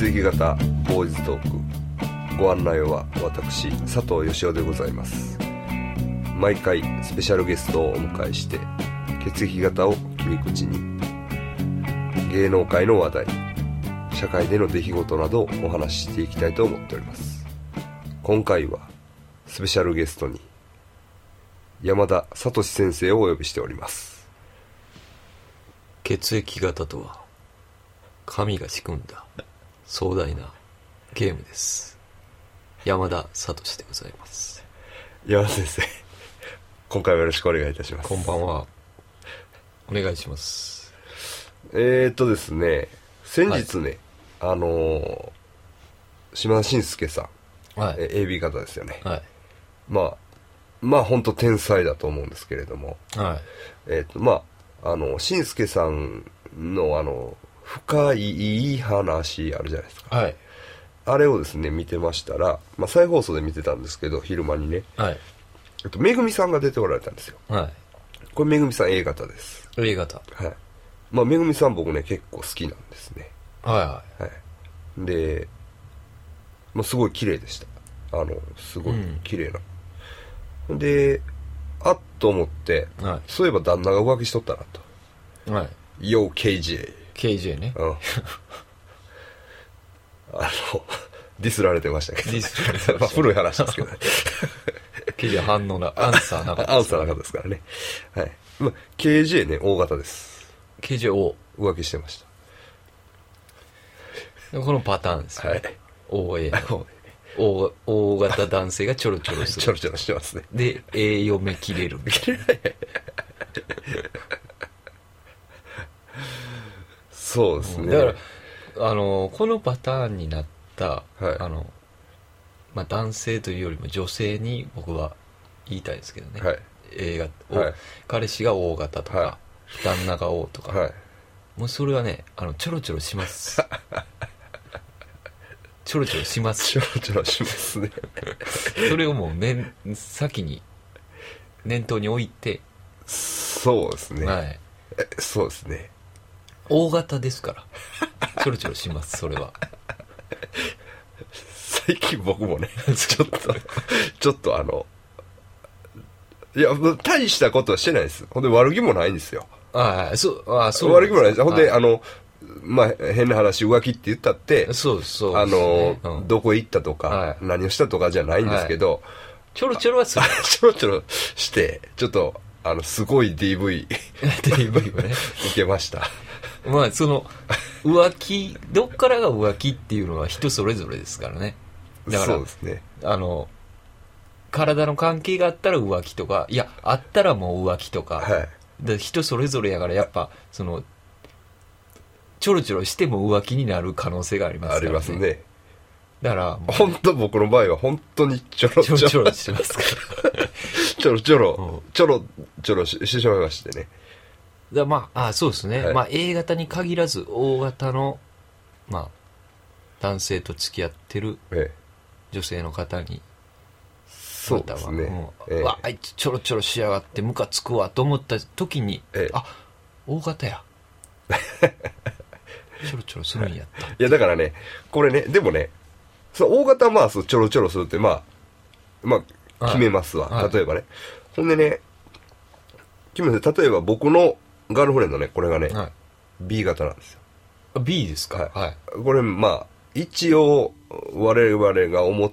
夕方ボーイズトークご案内は私佐藤義雄でございます毎回スペシャルゲストをお迎えして血液型を切り口に芸能界の話題社会での出来事などをお話ししていきたいと思っております今回はスペシャルゲストに山田聡先生をお呼びしております血液型とは神が仕組んだ壮大なゲームです山田聡でございます山田先生今回もよろしくお願いいたしますこんばんはお願いしますえー、っとですね先日ね、あのー島田紳介さん、はいえ AB 型ですよね、はまあまあ本当天才だと思うんですけれどもいはいえっ、とまああの紳介さんのあの深いいい話あるじゃないですかはいあれをですね見てましたら、まあ、再放送で見てたんですけど昼間にねはいえっとめぐみさんが出ておられたんですよはこれめぐみさん A 型ですい A 型はいまあめぐみさん僕ね結構好きなんですねはいははい、で、まあ、すごい綺麗でしたあのすごいうん綺麗な、であっと思って、はそういえば旦那が浮気しとったなといはい「YOKJ」KJ KJ ねうん あのディスられてましたけど、ディスられてましたまあ古い話ですけどね KJ 反応なアンサーなかったアンサーなかったですからねはい、まあ、KJ ね大型です KJO 浮気してましこのパターンですたよはねい OA の O O 型男性がちょろちょろすちょるろちょろしてますねで A 読め切れるみたいなそうですねだからあのこのパターンになった、はいあのまあ、男性というよりも女性に僕は言いたいですけどね、はい A 型はい彼氏が O 型とか、は旦那が O とか、はいもうそれはねあのちょろちょろします ちょろちょろしますちょろちょろしますねそれをもう念先に念頭に置いて、そうですね、はい、えそうですね O 型ですからちょろちょろしますそれは最近僕もね ちょっとちょっとあのいやもう大したことはしてないですほんで悪気もないんですよああそうああそう悪気もないですほんで、はあのまあ変な話浮気って言ったってそうそうあですのね、うんどこ行ったとか、はい何をしたとかじゃないんですけど、ちょろちょろはする。 ちょろちょろしてちょっとあのすごい DV 受 DV はね。けました まあ、その、浮気、どっからが浮気っていうのは人それぞれですからね。だかそうですねら、あの、体の関係があったら浮気とか、いや、あったらもう浮気とか、はいで人それぞれやから、やっぱ、その、ちょろちょろしても浮気になる可能性がありますあから、ね。ります。ねだから、も本当僕の場合は本当にちょろうちちょょろろちょろしてますから。ちょろちょろう、ちょろちょろししてしまいましてね。だまあ、あそうですね、はいまあ、A 型に限らず O 型の、まあ、男性と付き合ってるええ、女性の方にそうですねも。うええうわあいつちょろちょろしやがってムカつくわと思った時に、ええあ O 型や ちょろちょろするんやった、いや、だからね、これね、でもね、その大型まあ、そうちょろちょろするって、まあ、まあ、はい決めますわ。はい例えばね。ほんでね、決めて、例えば僕のガールフレンドね、これがね、はい、 B 型なんですよ。あ B ですかはいはい、これ、まあ、一応、我々が思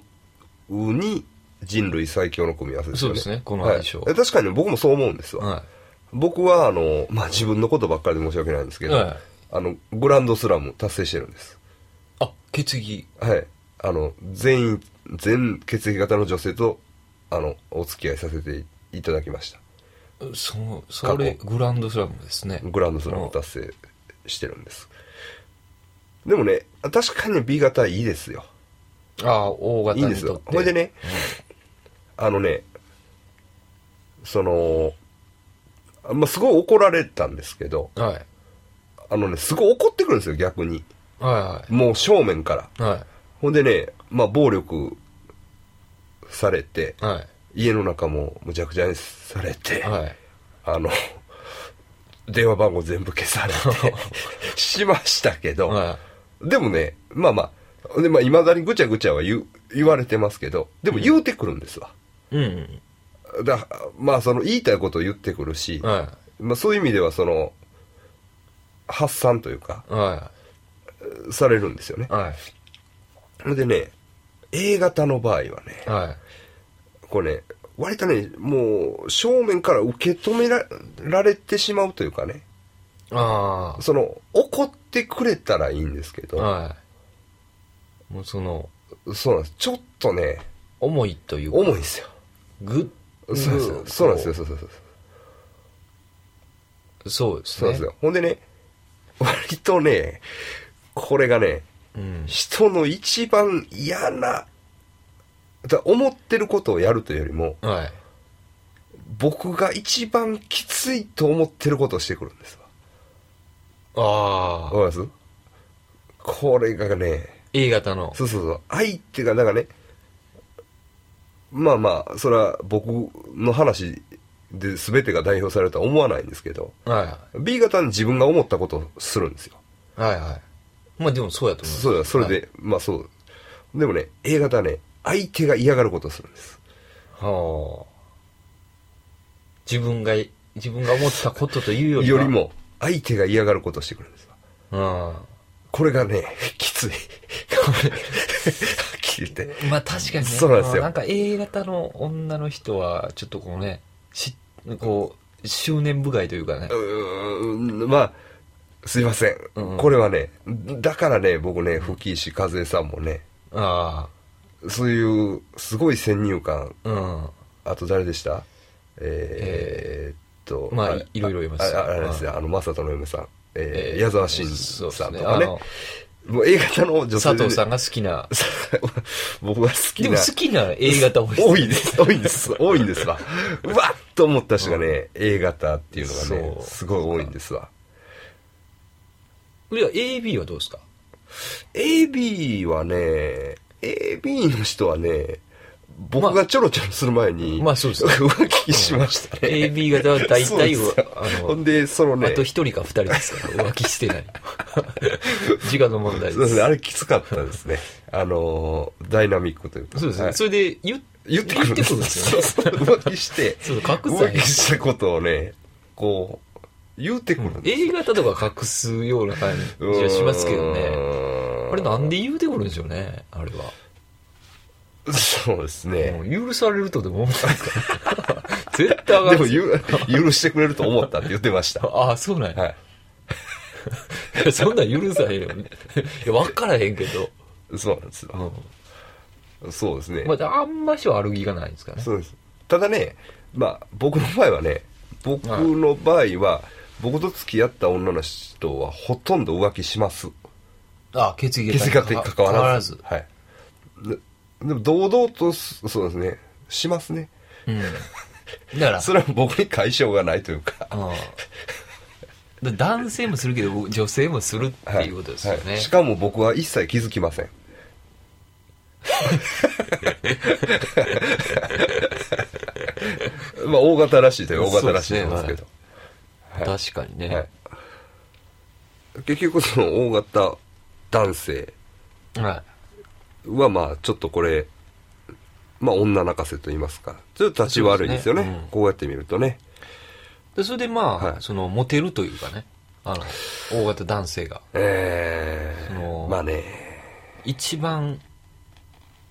うに、人類最強の組み合わせですよね。そうですねこの相性はい確かにね僕もそう思うんですわ。は僕は、あの、まあ、自分のことばっかりで申し訳ないんですけいど、はい、あの、グランドスラム達成してるんです。あ決議はい。あの、全員、全血液型の女性と、あの、お付き合いさせていただきました。そのそれ過グランドスラムですねグランドスラム達成してるんです。でもね、確かに B 型いいですよ。ああ O 型いいんにですとっよ。てほいでね、あのね、その、まあ、すごい怒られたんですけど、はいあのね、すごい怒ってくるんですよ、逆に。はもう正面から。いはいほんでね、まあ、暴力されて、はい家の中もむちゃくちゃにされて、はい。あの、電話番 号全部消されてしましたけど、はでもね、まあまあ、で、まあ、未だにぐちゃぐちゃは言う言われてますけど、でも言うてくるんですわ。うん。だまあ、その言いたいことを言ってくるし、はまあ、そういう意味では、その、発散というか、い。はされるんですよねい。。はでね、A 型の場合はね、い。はい。これね、割とね、もう、正面から受け止めらられてしまうというかね、あその、怒ってくれたらいいんですけあ。ど、はい。もうその、そうなんです。ちょっとね、重いというか。重いんですよ。ぐっそうなんですよ。そうなんですよ。そうそうそう。そうですそうなね。んですよ。ほんでね、割とね、これがね、うん。人の一番嫌な、だ思ってることをやるというよりも、はい。僕が一番きついと思ってることをしてくるんですわ。ああ。わかりますこれがね、 A 型の。そうそうそう、相手がなんかね、まあまあ、それは僕の話で全てが代表されるとは思わないんですけど、は B 型に自分が思ったことをするんですよ。い。はいはい。まあでもそうやと思います。そうだ、それはい。で、まあそう。でもね、A 型はね、相手が嫌がることをするんです。はあ。自分が、自分が思ったことというよりよはり。も、相手が嫌がることをしてくるんですよ。うこれがね、き つい。これ、はっきり言って。ん。まあ確かにね。そうなんですよまあなんか A 型の女の人は、ちょっとこうね、し、こう、執念深いというかねう。ーん、まあ、すいません。うんこれはね、だからね、僕ね、吹石和恵さんもね、あそういう、すごい先入観、あ。うん。あと誰でしたえーっと、まあれいろいろいますよあああれですね、あの、正人の嫁さん、えー矢沢慎そうですさんとねかねあの。もう A 型の女性で佐藤さんが好きな。 僕は好きでな。も好きな A 型多いです 多いです。多いんです。多いんですわ。うわっと思った人がね、A 型っていうのがねそ、うすごい多いんですわ。いや、AB はど うですか AB はね、AB の人はね、僕がちょろちょろする前に、まあそうですね浮気しましたね。 ?AB 型は大そうで体すよ、あの、ほんで、そのねあ、と一人か二人ですから、浮気し てない。自我の問題そうで。ですすねあれきつかったですね。あのー、ダイナミックというか。そうですはね。いそれで言っ、言ってくるんです言ってくるんですよね。そうそう浮気して、そう隠す浮気したことをね、こう、言ってくるんです A 型とか隠すような感じうーんはしますけどね。あれなんで言うてくるんでしょうね、あれは。そうですね。もう許されるとでも思ったんですか 絶対あかでんもっすよゆ、 許してくれると思ったって言ってま した。はああ、そうなんや。い。 そんなん許さへんよ。いや、わからへんけど。そうなんですよ。そうですね。まあ、あんましは悪気がないんですかね。そうです。ただね、まあ、僕の場合はね、僕の場合は、僕と付き合った女の人はほとんど浮気します。あ、血液血型に関わらず。関はい。ででも、堂々とす、そうですね、しますね。わらずうん。だから、それは僕に解消がないというか。うんだ男性もするけど、女性もするってはいうことですよはね。いしかも僕は一切気づきませ ん。まあ、大型らしいという大型らしいんですけど。確かにね。はい結局その大型男性ははまあちょっとこれ、まあ女泣かせと言いますか。ちょっと立ち悪いですよね。そうですねうんこうやって見るとね。いでそれでまあ、はいその、モテるというかね、あの、大型男性が、えそー、のまあね。一番、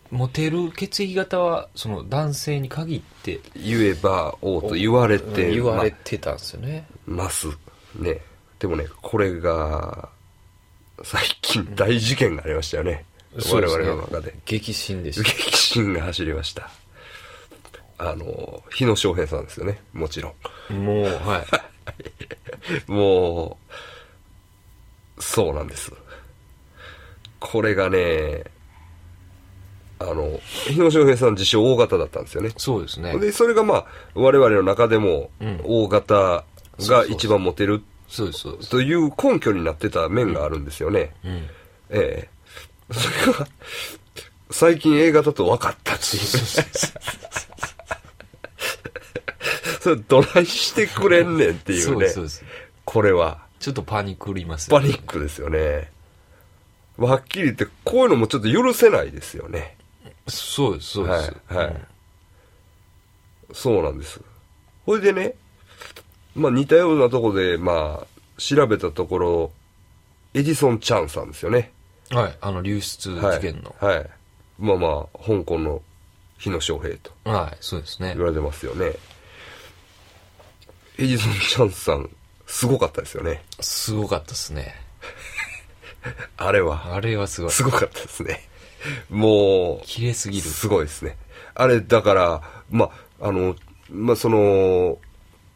モテる血液型は、その、男性に限って、言えば王と言われて、言われてたんですよね。ます。ね。でもね、これが、最近大事件がありましたよね。そ我うです々ねの中で。激震でした。激震が走りました。あの、日野翔平さんですよね。もちろん。 もう、はい。もう、そうなんです。これがね、あの、日野翔平さん自称大型だったんですよね。そうですね。で、それがまあ、我々の中でもうん、大型そうがそう一番モテるそうです、そうです。という根拠になってた面があるんですよね。うん。 ええ。それが、最近 A 型と分かったっていう。それ、どないしてくれんねんっていそううでねす、。そうです。これは。ちょっとパニックりますパよニねックですよね。はっきり言って、こういうのもちょっと許せないですよね。そうです、そうです。はい、はうんい。そうなんです。ほいでね、まあ似たようなとこで、まあ、調べたところ、エジソン・チャンさんですよね。はい、あの、流出はい。事件の。はい。まあまあ、香港の日野翔平とはい、そうですね言。われてますよね。エジソン・チャンさん、すごかったですよね。すごかったですね。あれは。あれはすごい。すごかったですね。もう、綺麗すぎる。すごいですね。あれ、だから、ま、あの、ま、その、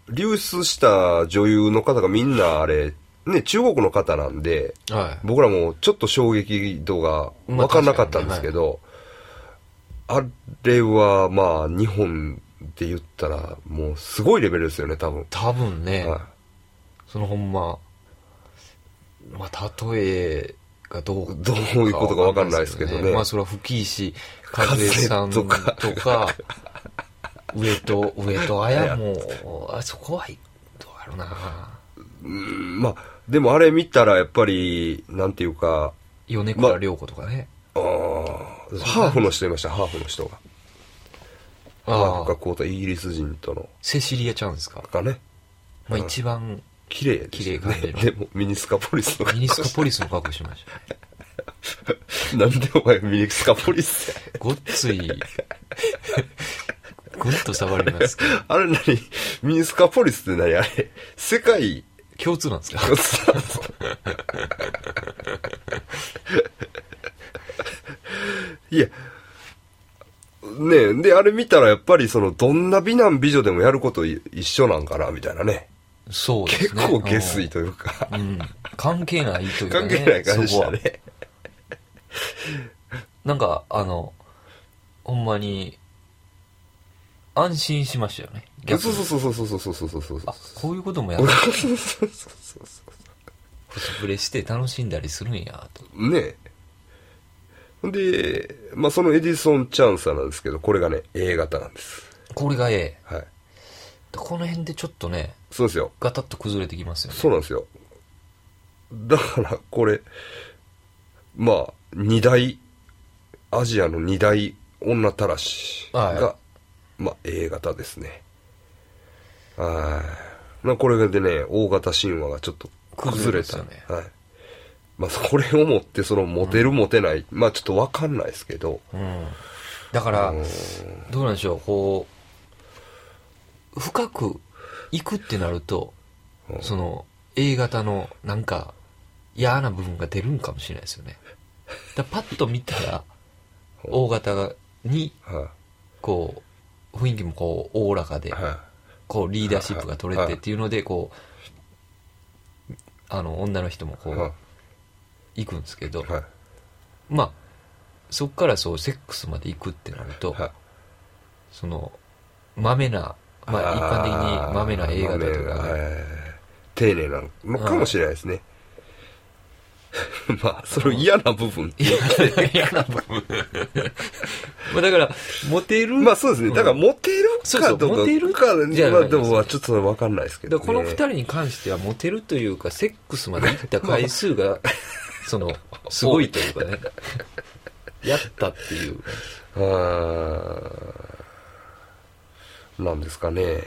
流出した女優の方がみんなあれ、ね、中国の方なんで、はい。僕らもちょっと衝撃度が分かんなかったんですけど、あれは、まあ、日本で言ったら、もうすごいレベルですよね、多分。多分ね、はいそのほんま、まあ、例えがどうどういうことかわかんないですけどねわかんないですまあ、それは吹石和江さんとか、風とか上戸、上戸彩も、あそこはい、どうやろうな。うんまあ、でもあれ見たら、やっぱり、なんていうか、米倉涼子とかね。あーハーフの人いました、ハーフの人が。ハーあフあか、こうたイギリス人との、セシリアちゃんですか。がね、まあ、一番、綺麗ですよ綺麗ね。感でも、ミニスカポリスとか。ミニスカポリスの格好しましたね。なんでお前ミニスカポリスやごっ つい、ぐっと触りますけど。あれ何ミニスカポリスって何あれ世界、共通なんですかいや、ねえ、で、あれ見たらやっぱりその、どんな美男美女でもやることい一緒なんかな、みたいなね。そうです結ね。構下水というかう。ん。うん。関係ないというか、ね。関係ない感じでしたそこはね。なんか、あの、ほんまに、安心しましたよね。そう逆そうに。そうそうそうそうそうそうそうそうあ、こういうこともやっそうて、そうそうそうコスプレして楽しんだりするんや、と。ねえ。ほんで、まあ、そのエディソン・チャンサーなんですけど、これがね、A 型なんです。これがええ。はい。この辺でちょっとね、そうですよ。ガタッと崩れてきますよね。そうなんですよ。だから、これ、まあ、二大、アジアの二大女たらしが、はまあ、A 型ですね。はい。まあ、これでね、大型神話がちょっと崩れた。崩れますはい。まあ、これをもって、その、モテるモテない、まあ、ちょっとわかんないですけど、うん。だからあの、どうなんでしょう、こう、深く行くってなると、うんその、A 型の、なんか、嫌な部分が出るんかもしれないですよね。だからパッと見たら、うん O 型がに、はこう、雰囲気もこう、おおらかい。で、はこう、リーダーシップが取れはいてっていうので、こう、あの、女の人もい。こはう、行くんですけどい。、はまあ、そっからそう、セックスまで行くってなるとい。、はいその、まめな、まあ、一般的にまめな映画だとまかめなね、えー丁寧なのかもしれないですね。 まあ、その嫌な部分。嫌な部分。まあだから、モテる、まあそうですね。だから、モテるそうかそうどうか。モテるかじゃまないあでも、ちょっとわかんないですけど、だね。からこの二人に関しては、モテるというか、セックスまで行った回数が、その、すごいというかね、やったっていう。あーなんですかね。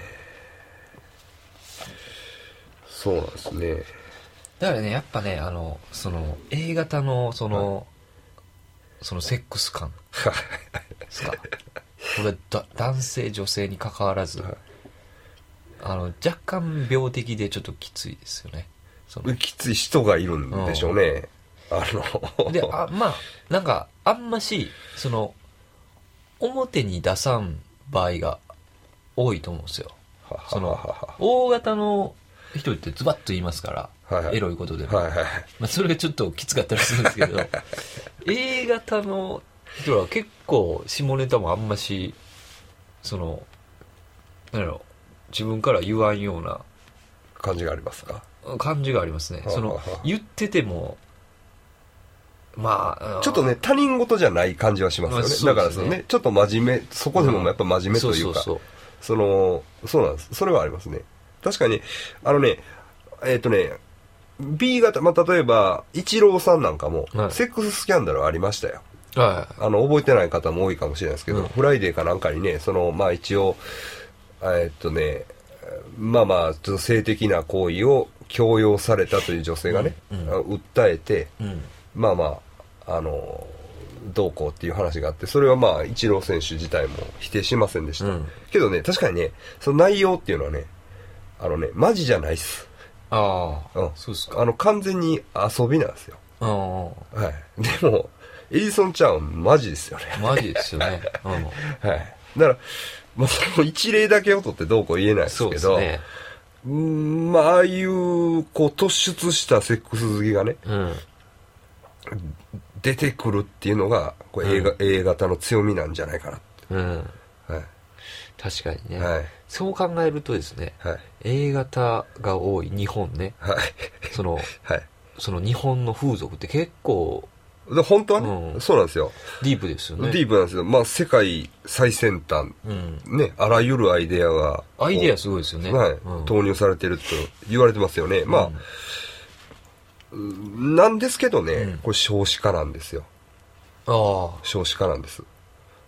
そうなんですね。だからね、やっぱね、あの、その、A 型の、その、そのセックス感ですか。これだ、男性、女性に関わらず、はいあの、若干病的でちょっときついですよね。そのきつい人がいるんでしょうね。あの、で、あ、まあ、なんか、あんまし、その、表に出さん場合が多いと思うんですよ。その は、大型の人ってズバッと言いますから、はいはいエロいことでも。いはいはい。まあ、それがちょっときつかったりするんですけ ど、A 型の人は結構下ネタもあんまし、その、なんやろ、自分から言わんような感じがありますか。感じがありますね。そのはあはあ、言ってても、まあ、あのちょっとね、、他人事じゃない感じはしますよね。まあそうですねだからそのね、ちょっと真面目、そこでもやっぱ真面目というか、そそうそうの、そうなんです。それはありますね。確かに、あのね、えっ、とね、 B 型、まあ、例えば、イチローさんなんかも、はいセックススキャンダルありましたよ。はあの、覚えてない方も多いかもしれないですけど、うんフライデーかなんかにね、その、まあ一応、えーっとね、まあまあ、ちょっと性的な行為を強要されたという女性がね、うんあ訴えて、い。うん。まあまあ、あの、どうこうっていう話があって、それはまあ、イチロー選手自体も否定しませんでした。うんけどね、確かにね、その内容っていうのはね、あのね、マジじゃないっす。ああ、うんそうですか。あの、完全に遊びなんですよ。ああ、はい。でも、エリソンちゃんはマジですよね。 マジですよね。うん。はい。だから、まあ、その一例だけを取ってどうこう言えないですそうけですど、ね。うーん、まあ、ああいう、こう、突出したセックス好きがね、うん。出てくるっていうのが、こう A, が、A 型の強みなんじゃないかなっうん。て。はい。確かにね。はいそう考えるとですね、はい。 A 型が多い日本ね、はい。その、はい。その日本の風俗って結構で、本当はね、うんそうなんですよ。ディープですよね。ディープなんですよ。まあ、世界最先端、うん。ね、あらゆるアイデアが。アイデアこすごいですようね。はい、うん投入されてると言われてますよね。まあ、なんですけどね、うんこれ少子化なんですよ。あ少子化なんです。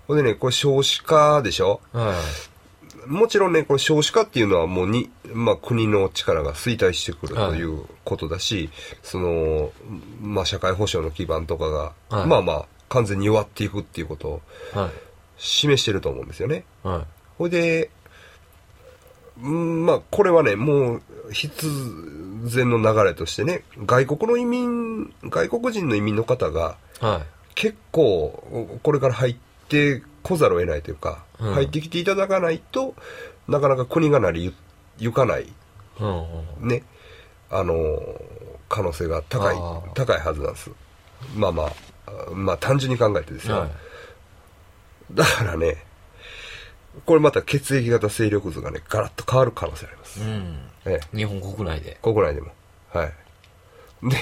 ほんでね、これ少子化でしょあ、はい。もちろんね、これ少子化っていうのはもうに、まあ国の力が衰退してくるはいということだし、その、まあ社会保障の基盤とかが、はいまあまあ完全に弱っていくっていうことをは示してると思うんですよね。い。はい。ほいで、うんまあこれはね、もう必然の流れとしてね、外国の移民、外国人の移民の方が、はい。結構これから入ってこざるを得ないというか、うん入ってきていただかないとなかなか国がなりゆゆかないうんうんうんねあの可能性が高いあー高いはずなんですまあまああまあ単純に考えてですよ、はい。だからねこれまた血液型勢力図がねガラッと変わる可能性あります、うん。ええ日本国内で。国内でもはい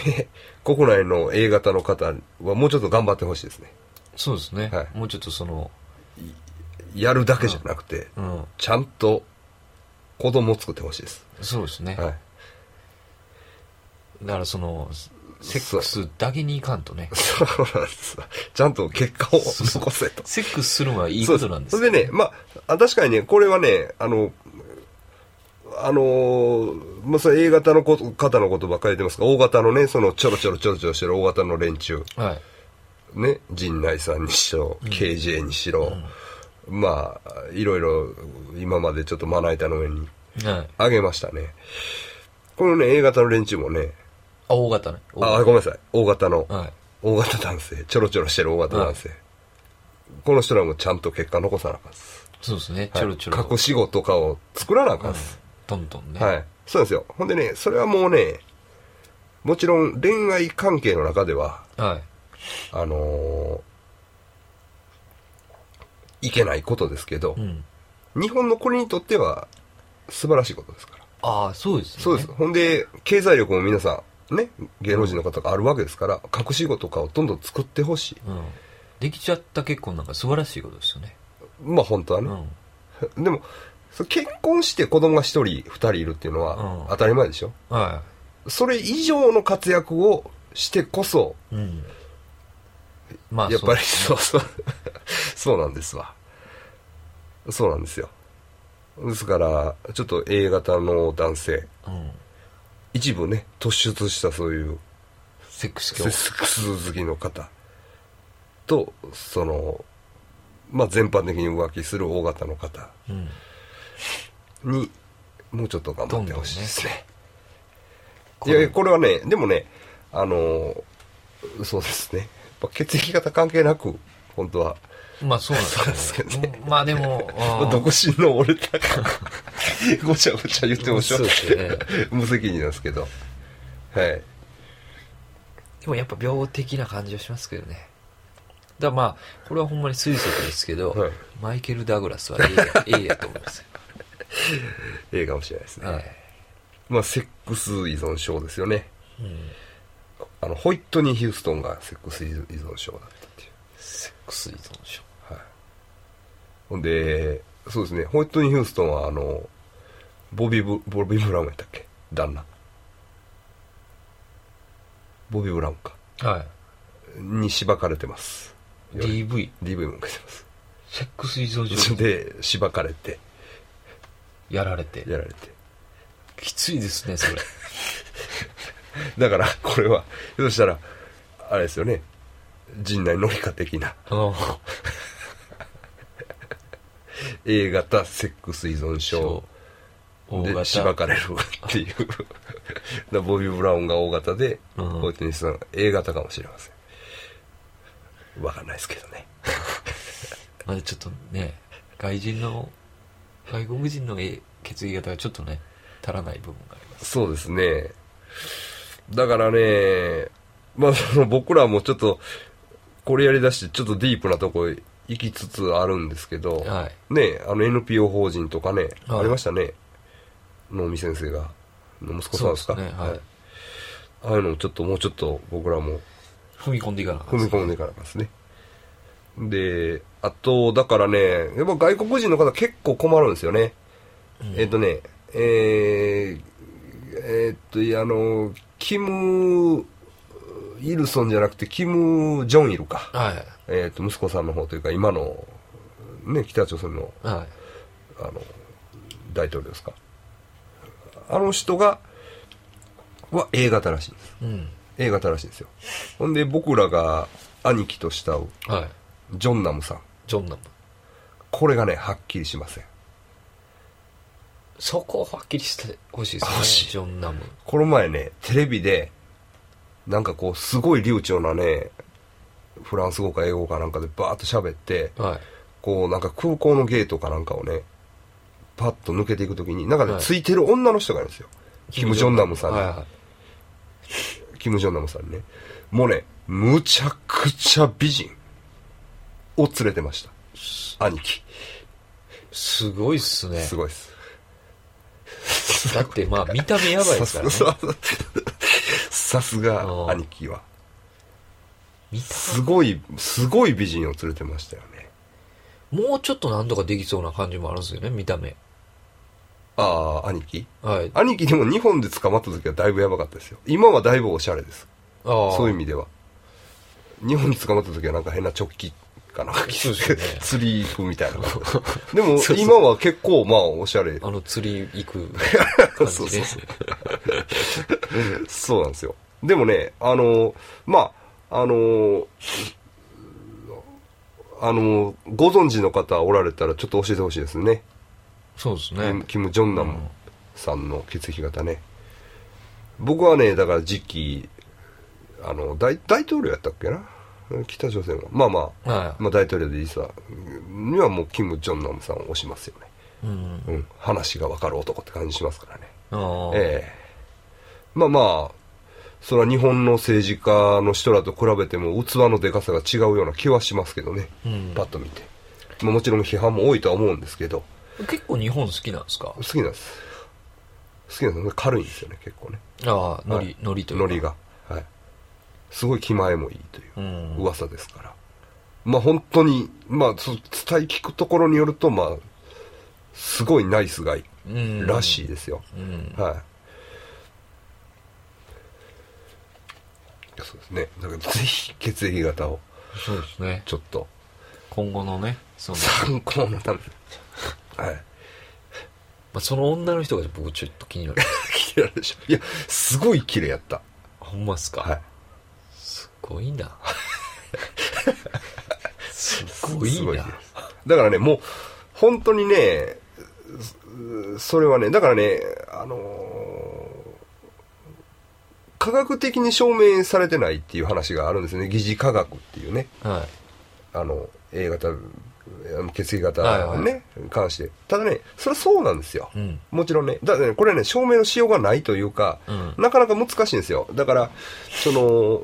で国内の A 型の方はもうちょっと頑張ってほしいですねそうですね。はいもうちょっとその、やるだけじゃなくて、うん。ちゃんと子供を作ってほしいです。そうですね。はい。だからその、セックスだけにいかんとね。そうなんです。ちゃんと結果を残せと。セックスするのはいいことなんですそうそれでね、まあ、あ確かにね、これはね、あの、あのーまあ、それ A 型のこと方のことばっかり言ってますが、O 型のね、そのちょろちょろちょろちょろしてる O 型の連中、はい。ね、陣内さんにしろ、KJ にしろ、まあ、いろいろ今までちょっとまな板の上にはい。上げましたね。このね、A 型の連中もね、あ、大型ね。大あ、型ごめんなさい、O 型の、はい。大型男性ちょろちょろしてる大型男性、この人らもちゃんと結果残さなあかんっす、そうですね。はいちょろちょろ。隠し子とかを作らなあかんうっんす、どんどんね。はいそうなんですよほんでねそれはもうねもちろん恋愛関係の中でははい。あのーいけないことですけどう、ん。日本の国にとっては素晴らしいことですからああ、そうですね。そうです、。ほんで経済力も皆さんね芸能人の方があるわけですから隠し子とかをどんどん作ってほしいうん。できちゃった結婚なんか素晴らしいことですよね。まあ本当はうね、ん。でも、そう結婚して子供が一人、二人いるっていうのうはん当たり前でしょ、はそれ以上の活躍をしてこそ、い。うん。まあ、やっぱりそうそうそう、 そうなんですわ。そうなんですよ。ですから、ちょっと A 型の男性、うん。一部ね、突出したそういうセックスセ教ックス好きの方と、その、まあ、全般的に浮気する O 型の方うん。に、もうちょっと頑張ってほしいですねいれや、これはね、でもね、あのーそうですね。やっぱ血液型関係なく、本当は、まあそうなんでそすうですけどねうんまあでも、 まあ独身の俺だから、ごちゃごちゃ言ってもしょそうですね 無責任なんですけど。はい。でもやっぱ病的な感じはしますけどね。だからまあ、これはほんまに推測ですけど、はいマイケル・ダグラスは A や A やと思いますよ。ええかもしれないですね。はいまあ、セックス依存症ですよね。うんあの、ホイットニー・ヒューストンがセックス依存症だったっていう。セックス依存症。ほんで、そうですね、ホイットニー・ヒューストンは、あの、ボビーブ・ボビーブラウンやったっけ旦那。ボビー・ブラウンかはにしばかれてますい DV DV も受けてますセックス依存症でしばかれてやられてやられてきついですねそれだからこれはひょっとしたらあれですよね陣内紀香的なあの A 型セックス依存症大で型しばかれるっていうだからボビー・ブラウンが O 型でうんホイットニー・ヒューストンが A 型かもしれませんわかんないですけどねまあちょっとね外人の外国人のえ血液型がちょっとね足らない部分がありますそうですね。だからね、まあその僕らもちょっと、これやりだしてちょっとディープなとこ行きつつあるんですけど、はいね、あの NPO 法人とかね、はいありましたね。能見先生が、の息子さんですか。そうですねはいああいうのをちょっともうちょっと僕らも踏み込んでいかなあか踏んみ込んでいかなあかんですね。で、あと、だからね、やっぱ外国人の方結構困るんですよね。うんえっ、とね、えー、えーっと、いや、あの、キム・イルソンじゃなくて、キム・ジョンイルか。はえーっと、息子さんの方というか、今の、ね、北朝鮮の、いはいあの、大統領ですか。あの人が、は A 型らしいです。うん。 A 型らしいですよ。ほんで、僕らが兄貴と慕う、はい。ジョンナムさん。ジョンナム。これがね、はっきりしません。そこをはっきりしてほしいですね。欲しいジョンナム。この前ね、テレビで、なんかこう、すごい流暢なね、フランス語か英語かなんかでバーッと喋って、はい。こう、なんか空港のゲートかなんかをね、パッと抜けていくときに、なんかね、はいついてる女の人がいるんですよ。キム・ジョンナムさんに、はいはい。キム・ジョンナムさんね。もうね、むちゃくちゃ美人を連れてました。兄貴。すごいっすね。すごいです。だってまあ見た目やばいですからね。さす さすうが、ん兄貴は。見たすごい、すごい美人を連れてましたよね。もうちょっとなんとかできそうな感じもあるんですよね、見た目。ああ、兄貴はい。兄貴でも日本で捕まった時はだいぶやばかったですよ。今はだいぶおしゃれです。ああ。そういう意味では。日本に捕まった時はなんか変なチョッキかなんか着そうて、ですよね釣り行くみたいな感 じ。でもそうそう今は結構まあおしゃれ。あの釣り行くそう 感そうじで。そう。そうなんですよ。でもね、あの、まあ、あの、あの、ご存知の方おられたらちょっと教えてほしいですね。そうですキねム。キム・ジョンナムさんの血液型ね、僕はねだから次期あの大大統領やったっけな北朝鮮はまあまあ、はい。まあ、大統領でいいさにはもうキム・ジョンナムさんを推しますよね、うん。うん、話が分かる男って感じしますからねああ。ええまあまあそれは日本の政治家の人らと比べても器のでかさが違うような気はしますけどね、うんパッと見て、まあ、もちろん批判も多いとは思うんですけど結構日本好きなんですか好きなんです好きなんです軽いんですよね結構ねああ、ノはいリ、ノリというか。。ノリ。がはいすごい気前もいいといううん噂ですから、まあ本当にまあそう伝え聞くところによるとまあすごいナイスガイうん。らしいい。ですよ、うん。はいいやそうですねだからぜひ血液型をそうですね。ちょっと今後のね、その、参考のためにはいまあ、その女の人が僕ちょっと気になる。 綺麗でしょいやすごい綺麗やったほんまっすかはいすご いな。すごいすごいねな。だからね、もう、本当にね、うそれはね、だからね、あのー科学的に証明されてないっていう話があるんですよね。疑似科学っていうね。はあの、A 型、あの血液型はいのね、は関して。ただね、それはそうなんですよ。い。うん。もちろんね、だからね、これはね、証明のしようがないというか、うんなかなか難しいんですよ。だから、その、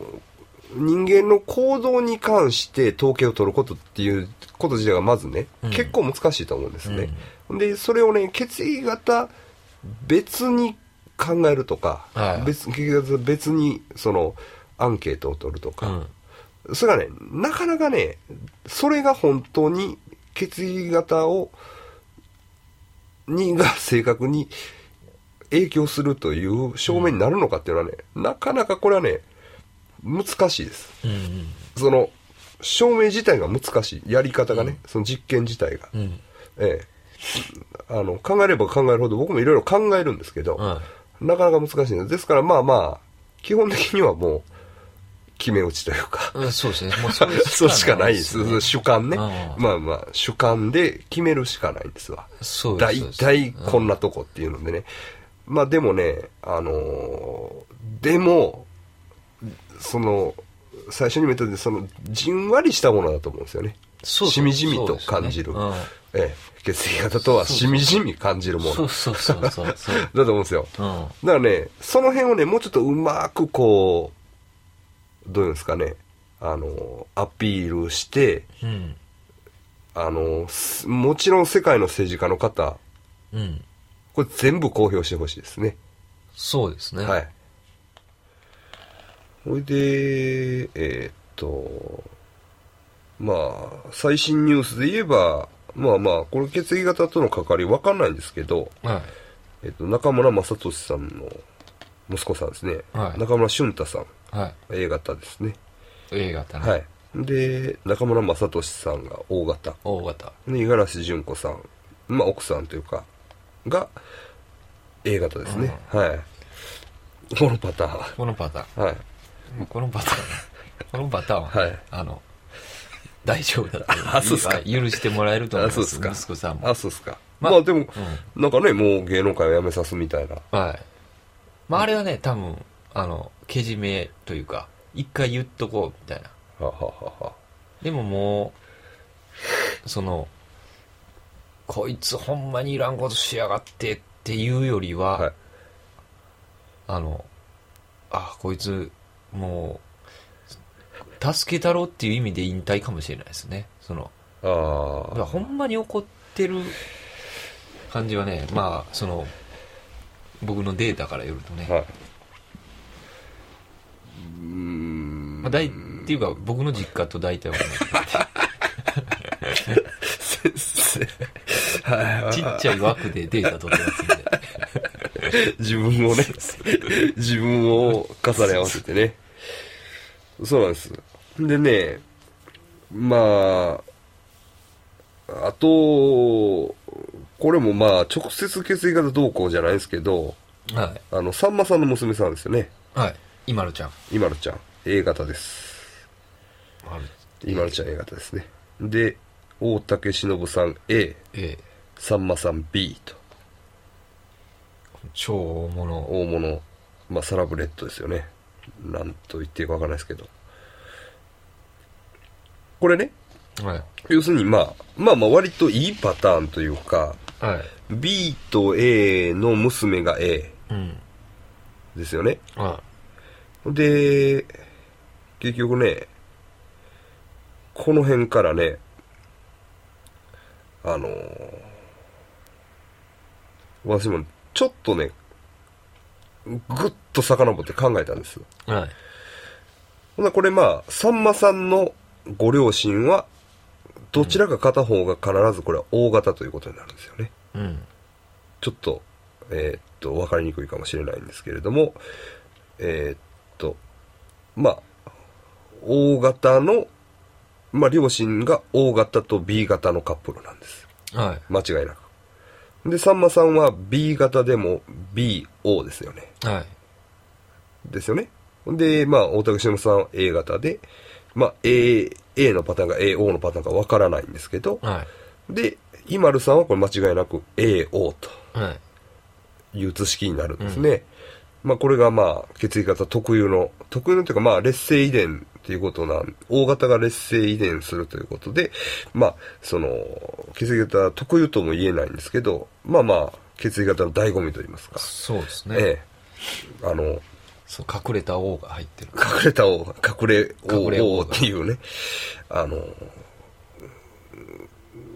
人間の行動に関して統計を取ることっていうこと自体がまずね、うん結構難しいと思うんですね。で、それをね、血液型別に考えるとか、はい別血液型別にそのアンケートを取るとうか、ん。それがね、なかなかね、それが本当に血液型を、にが正確に影響するという証明になるのかっていうのはね、なかなかこれはね、難しいです。うんうんその、証明自体が難しい。やり方がね、その実験自体が。うんええ。あの、考えれば考えるほど僕もいろいろ考えるんですけど、はなかなか難しいのです。ですからまあまあ、基本的にはもう、決め落ちというか、いうんそうですねもうそ そうしかないです。ね主観ね。うんまあまあ、主観で決めるしかないんですわ。そうです大体そうですこんなとこっていうのでね。まあでもね、あのーでも、その、最初にも言ったように、その、じんわりしたものだと思うんですよね。そうそうしみじみと感じる。そうですねええ、血液型とはしみじみ感じるもそのうそうそうそうそう だと思うんですよ。うんだからね、その辺をね、もうちょっとうまくこう、どういうんですかね、あの、アピールして、うんあの、すもちろん世界の政治家の方、うんこれ全部公表してほしいですね。そうですねはい。それで、えーっと、まあ、最新ニュースで言えば、まあまあ、これ血液型との関わりわかんないんですけど、はえっと、中村雅俊さんの息子さんですね。はい中村俊太さん。いはい A 型ですね。 A 型ねはい。で、中村雅俊さんが O 型。 O 型で、五十嵐純子さん。まあ、奥さんというか、が A 型ですね。はい。このパターこのパターン。ンはい。この パターン、このパターンは、はいあの、大丈夫だ あそうっすかと許してもらえると思いまあす、そうっすか息子さんも。あ、そうっすか。ままあ、でも、なんかね、もう芸能界を辞めさすみたいな。はい。まあ、あれはね、多分、あの、けじめというか、一回言っとこう、みたいな。はははは。でももう、その、こいつほんまにいらんことしやがってっていうよりは、はいあの、あ、こいつ、もう、助けたろうっていう意味で引退かもしれないですね。その、だからあほんまに怒ってる感じはね、まあ、その、僕のデータからよるとね、あ。はい。うーんまあ、だいっていうか、僕の実家と大体は、ね、先生。 はいはいちっちゃい枠でデータ取ってますんで、自分をね、自分を重ね合わせてね。そうなんです。でね、まあ、あと、これもまあ、直接血液型どうこうじゃないですけど、はい、あの、さんまさんの娘さんですよね。はい、今のちゃん、今のちゃん、A 型です。ある今のちゃん A 型ですね。で、大竹しのぶさん A、ええ、さんまさん B と、超大物、大物、まあ、サラブレッドですよね。なんと言っていいかわからないですけど。これね、はい、要するにまあ、まあまあ割といいパターンというか、はい、 B と A の娘が A うん、ですよね。はで、結局ね、この辺からね、あのー私もちょっとね、ぐっと遡って考えたんです。い、はい、ほなこれまあ、さんまさんのご両親は、どちらか片方が必ずこれは大型ということになるんですよね。うん、ちょっと、えーっと、わかりにくいかもしれないんですけれども、えーっと、まあ、大型の、まあ、両親が O 型と B 型のカップルなんです。はい、間違いなく。で、さんまさんは B 型でも BO ですよね。はい、ですよね。で、まあ、大竹しのぶさんは A 型で、まあ、A、A のパターンが AO のパターンかわからないんですけど、はい、で、イマルさんはこれ間違いなく AO と。はい、いう図式になるんですね。まあこれがまあ血液型特有の、特有のというかまあ劣勢遺伝っていうことなん、大型が劣勢遺伝するということで、まあその血液型特有とも言えないんですけど、まあまあ血液型の醍醐味と言いますか。そうですね、ええ。あの、隠そう隠れた O が入ってる、れた王、隠れ隠れ王王っていうね、あの、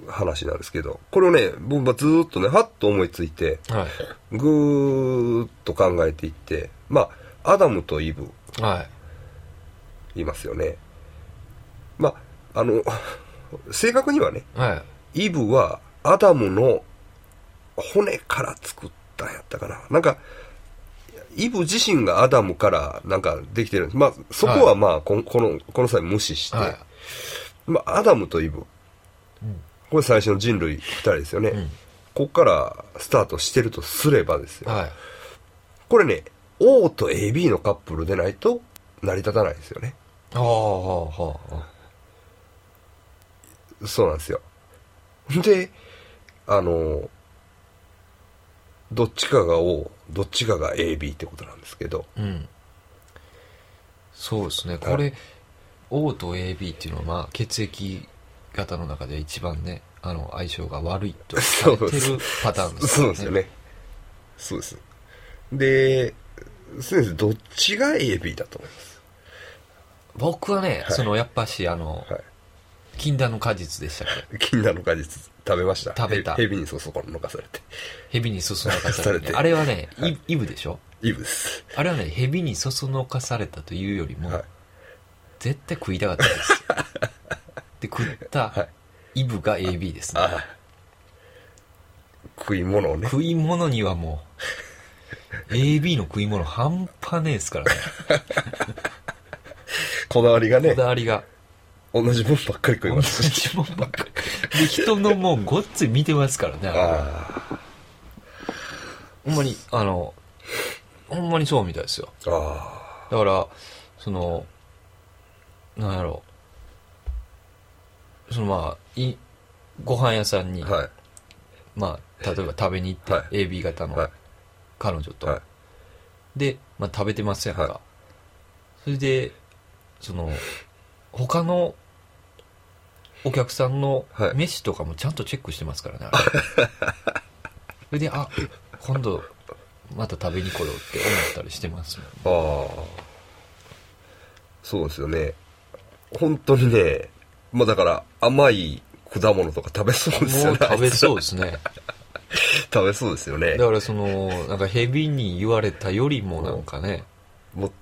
話なんですけど、これをね、僕はずーっとね、はっと思いついて、はい、ぐーっと考えていって、まあ、アダムとイブ、はい、いますよね。まあ、あの、 正確にはね、はい、イブはアダムの骨から作ったんやったかな。なんか、イブ自身がアダムからなんかできてるんです。まあ、そこはまあ、こんこの、この際無視して、はいまあ、アダムとイブ、うんこれ最初の人類2人ですよね。うんここからスタートしてるとすればですよ。はいこれね、O と AB のカップルでないと成り立たないですよね。ああはあはそうなんですよ。で、あの、どっちかが O、どっちかが AB ってことなんですけど、あうんそうですねこれ、O と AB っていうのはまあ血液型の中で一番ねあの相性が悪いとされてるそうパターンですそうですよね。そうです。で、先生、どっちが AB だと思います。僕はね、はいそのやっぱしあの、は禁断の果実でしたっけい。禁断の果実、食べました。食べたヘビにそそこにかされて。蛇にそそのかさ れされててあれはね、はいイイブでしょイブです。あれはね蛇にそそのかされたというよりも、はい。絶対食いたかったです で食ったはい。イブが AB ですねああ。食い物をね。食い物にはもう AB の食い物半端ねえですからねこだわりが ねこ、だわ りが同じ分ばっかり食い同ます。じもんばっかりで人のもんごっつい見てますからねあれあほんまにあのほんまにそうみたいですよあ。あだから、その、なんやろう。そのまあ、い、ご飯屋さんに、あ。はい。まあ、例えば食べに行って、はい AB 型のはい彼女と、はいで、まあ食べてますやんか。はそれで、その、他のお客さんのはい飯とかもちゃんとチェックしてますから ね、あれそれで、あ、今度、また食べに来ようって思ったりしてますもんああ。そうですよね。本当にね、まあだから甘い果物とか食べ そうですよもねう。食べそうう。ですね。 食べそうですよねだ。からその、なんか蛇に言われたよりもなんかね、もう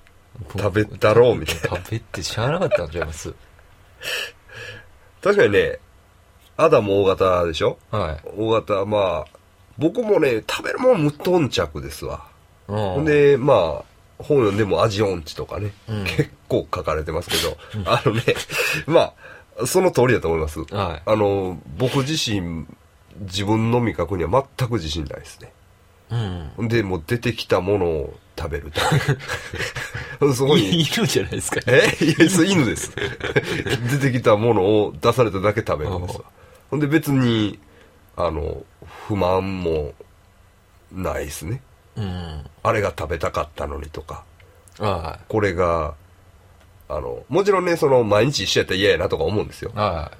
食べたろうみたいな。食べって知らなかったんちゃ います確かにね、アダも大型でしょはい。大型、まあ、僕もね、食べるもん無頓着ですわ。うほんん、で、まあ、本読んでも味音痴とかね、うん結構書かれてますけど、 あのね、まあ、その通りだと思います。はい。あの、僕自身、自分の味覚には全く自信ないですね。うん。ほんで、もう出てきたものを食べる と。そこいに、るじゃないですか。え いや、それ犬です。 出てきたものを出されただけ食べるんですわほんで別に、あの、不満もないですね。うん。あれが食べたかったのにとか。はこれが、あの、もちろんね、その、毎日一緒やったら嫌やなとか思うんですよい。。は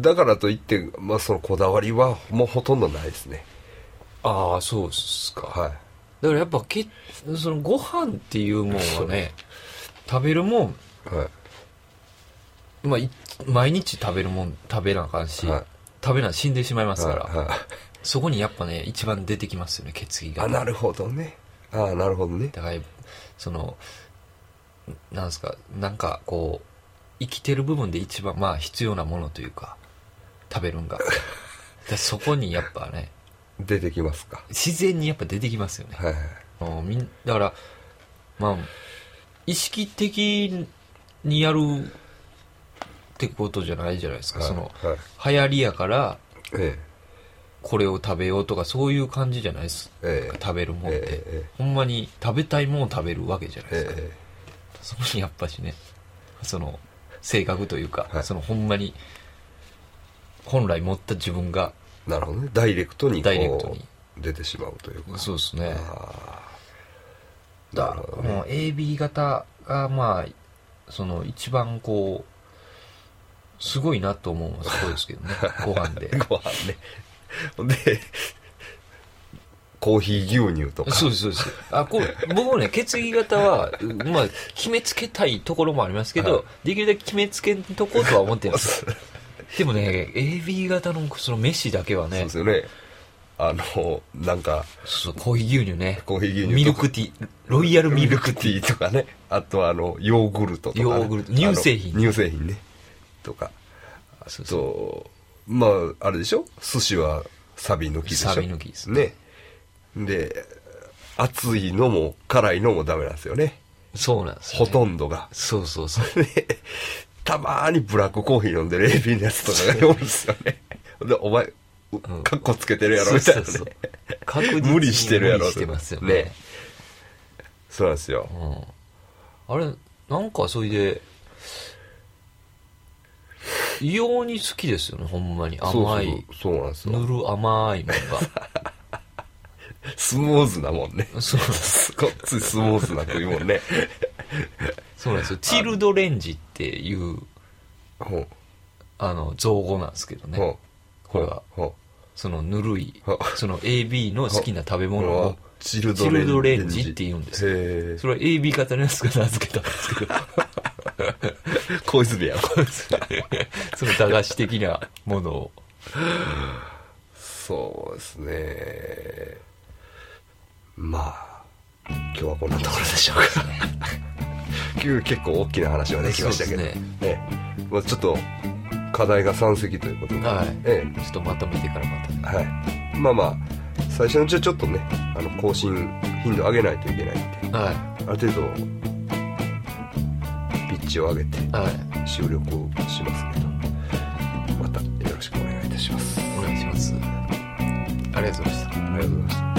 だからといって、まあ、そのこだわりは、もうほとんどないですね。い。ああ、そうっすか。はい。だからやっぱけ、そのご飯っていうもんはね、食べるもん、はい。まあ、い毎日食べるもん食べなあかんし、はい食べな死んでしまいますから、はいはいそこにやっぱね、一番出てきますよね、決意が。あ、なるほどね。ああ、なるほどね。だからそのなんですかなんかこう生きてる部分で一番まあ必要なものというか食べる んがでそこにやっぱね出てきますか。自然にやっぱ出てきますよねはいはい。もうみんだからまあ意識的にやるってことじゃないじゃないですか、はいそのはい流行りやからえこれを食べようとかそういう感じじゃないです、ええ食べるもんって、えええほんまに食べたいもんを食べるわけじゃないえですか、えそこにやっぱしね、その、性格というか、はいそのほんまに、本来持った自分が、えなるほどね。ダイレクトに、こダイレクトにう、出てしまうというか。そうですね。ああ。なだるほどね。もう AB 型が、まあ、その一番こう、すごいなと思うのはすごいですけどね、ご飯 で。ご飯ね。ほんで、コーヒー牛乳とか。そうです、そうです。あ、こう、僕もね、決議型は、まあ、決めつけたいところもありますけど、はできるだけ決めつけんとこうとは思って ます。でもね、AB 型のその飯だけそはうねで、すよね。あの、なんか、そう、コーヒー牛乳ね。コーヒー牛乳とかミルクティー。ロイヤルミルクティー。ィーとかね。あとはあの、ヨーグルトとかね、ヨーグルト乳製品あの乳製品ね。とか。あそうと、まあ、あれでしょ寿司はサビ抜きでしょサビ抜きですね。で、熱いのも辛いのもダメなんですよね。そうなんですよ、ほね。とんどが。 そうそうそう。でたまーにブラックコーヒー飲んで冷瓶のやつとかが多いですよ ね。で、お前、うカッコつけてるやろ、そうみたいそなうね。そう。確実に無理してるやろ無理してますよね。ねそうなんですよ。うん。あれ、なんかそれで、異様に好きですよね、ほんまに。甘い。そうそうそうなんですよ。ぬる甘いもんスムーズなもんね。 が。そうなんですす。ごっついスムーズな食いもんね。そうなんですよ。チルドレンジっていう、ほうあの、造語なんですけどね。ほうこれは、ほそのぬるいほ、その AB の好きな食べう物ほをう、チルチルドレンジって言うんですよ。へそれは AB 型のやつが名付けたんですけ ど、え。小泉やん。その駄菓子的なものを。そうですね。まあ、今日はこんなところでしょうか。今日結構大きな話はできましたけど、そうですねまあ、ちょっと課題が山積ということで、はいえちょっとまとめてからまたえね。はい、まあまあ最初のうちはちょっとねあの更新頻度上げないといけないんではある程度ピッチを上げてい。はい。収録をしますけどまたよろしくお願いいたします。お願いします。ありあがとうございました。りがとうございました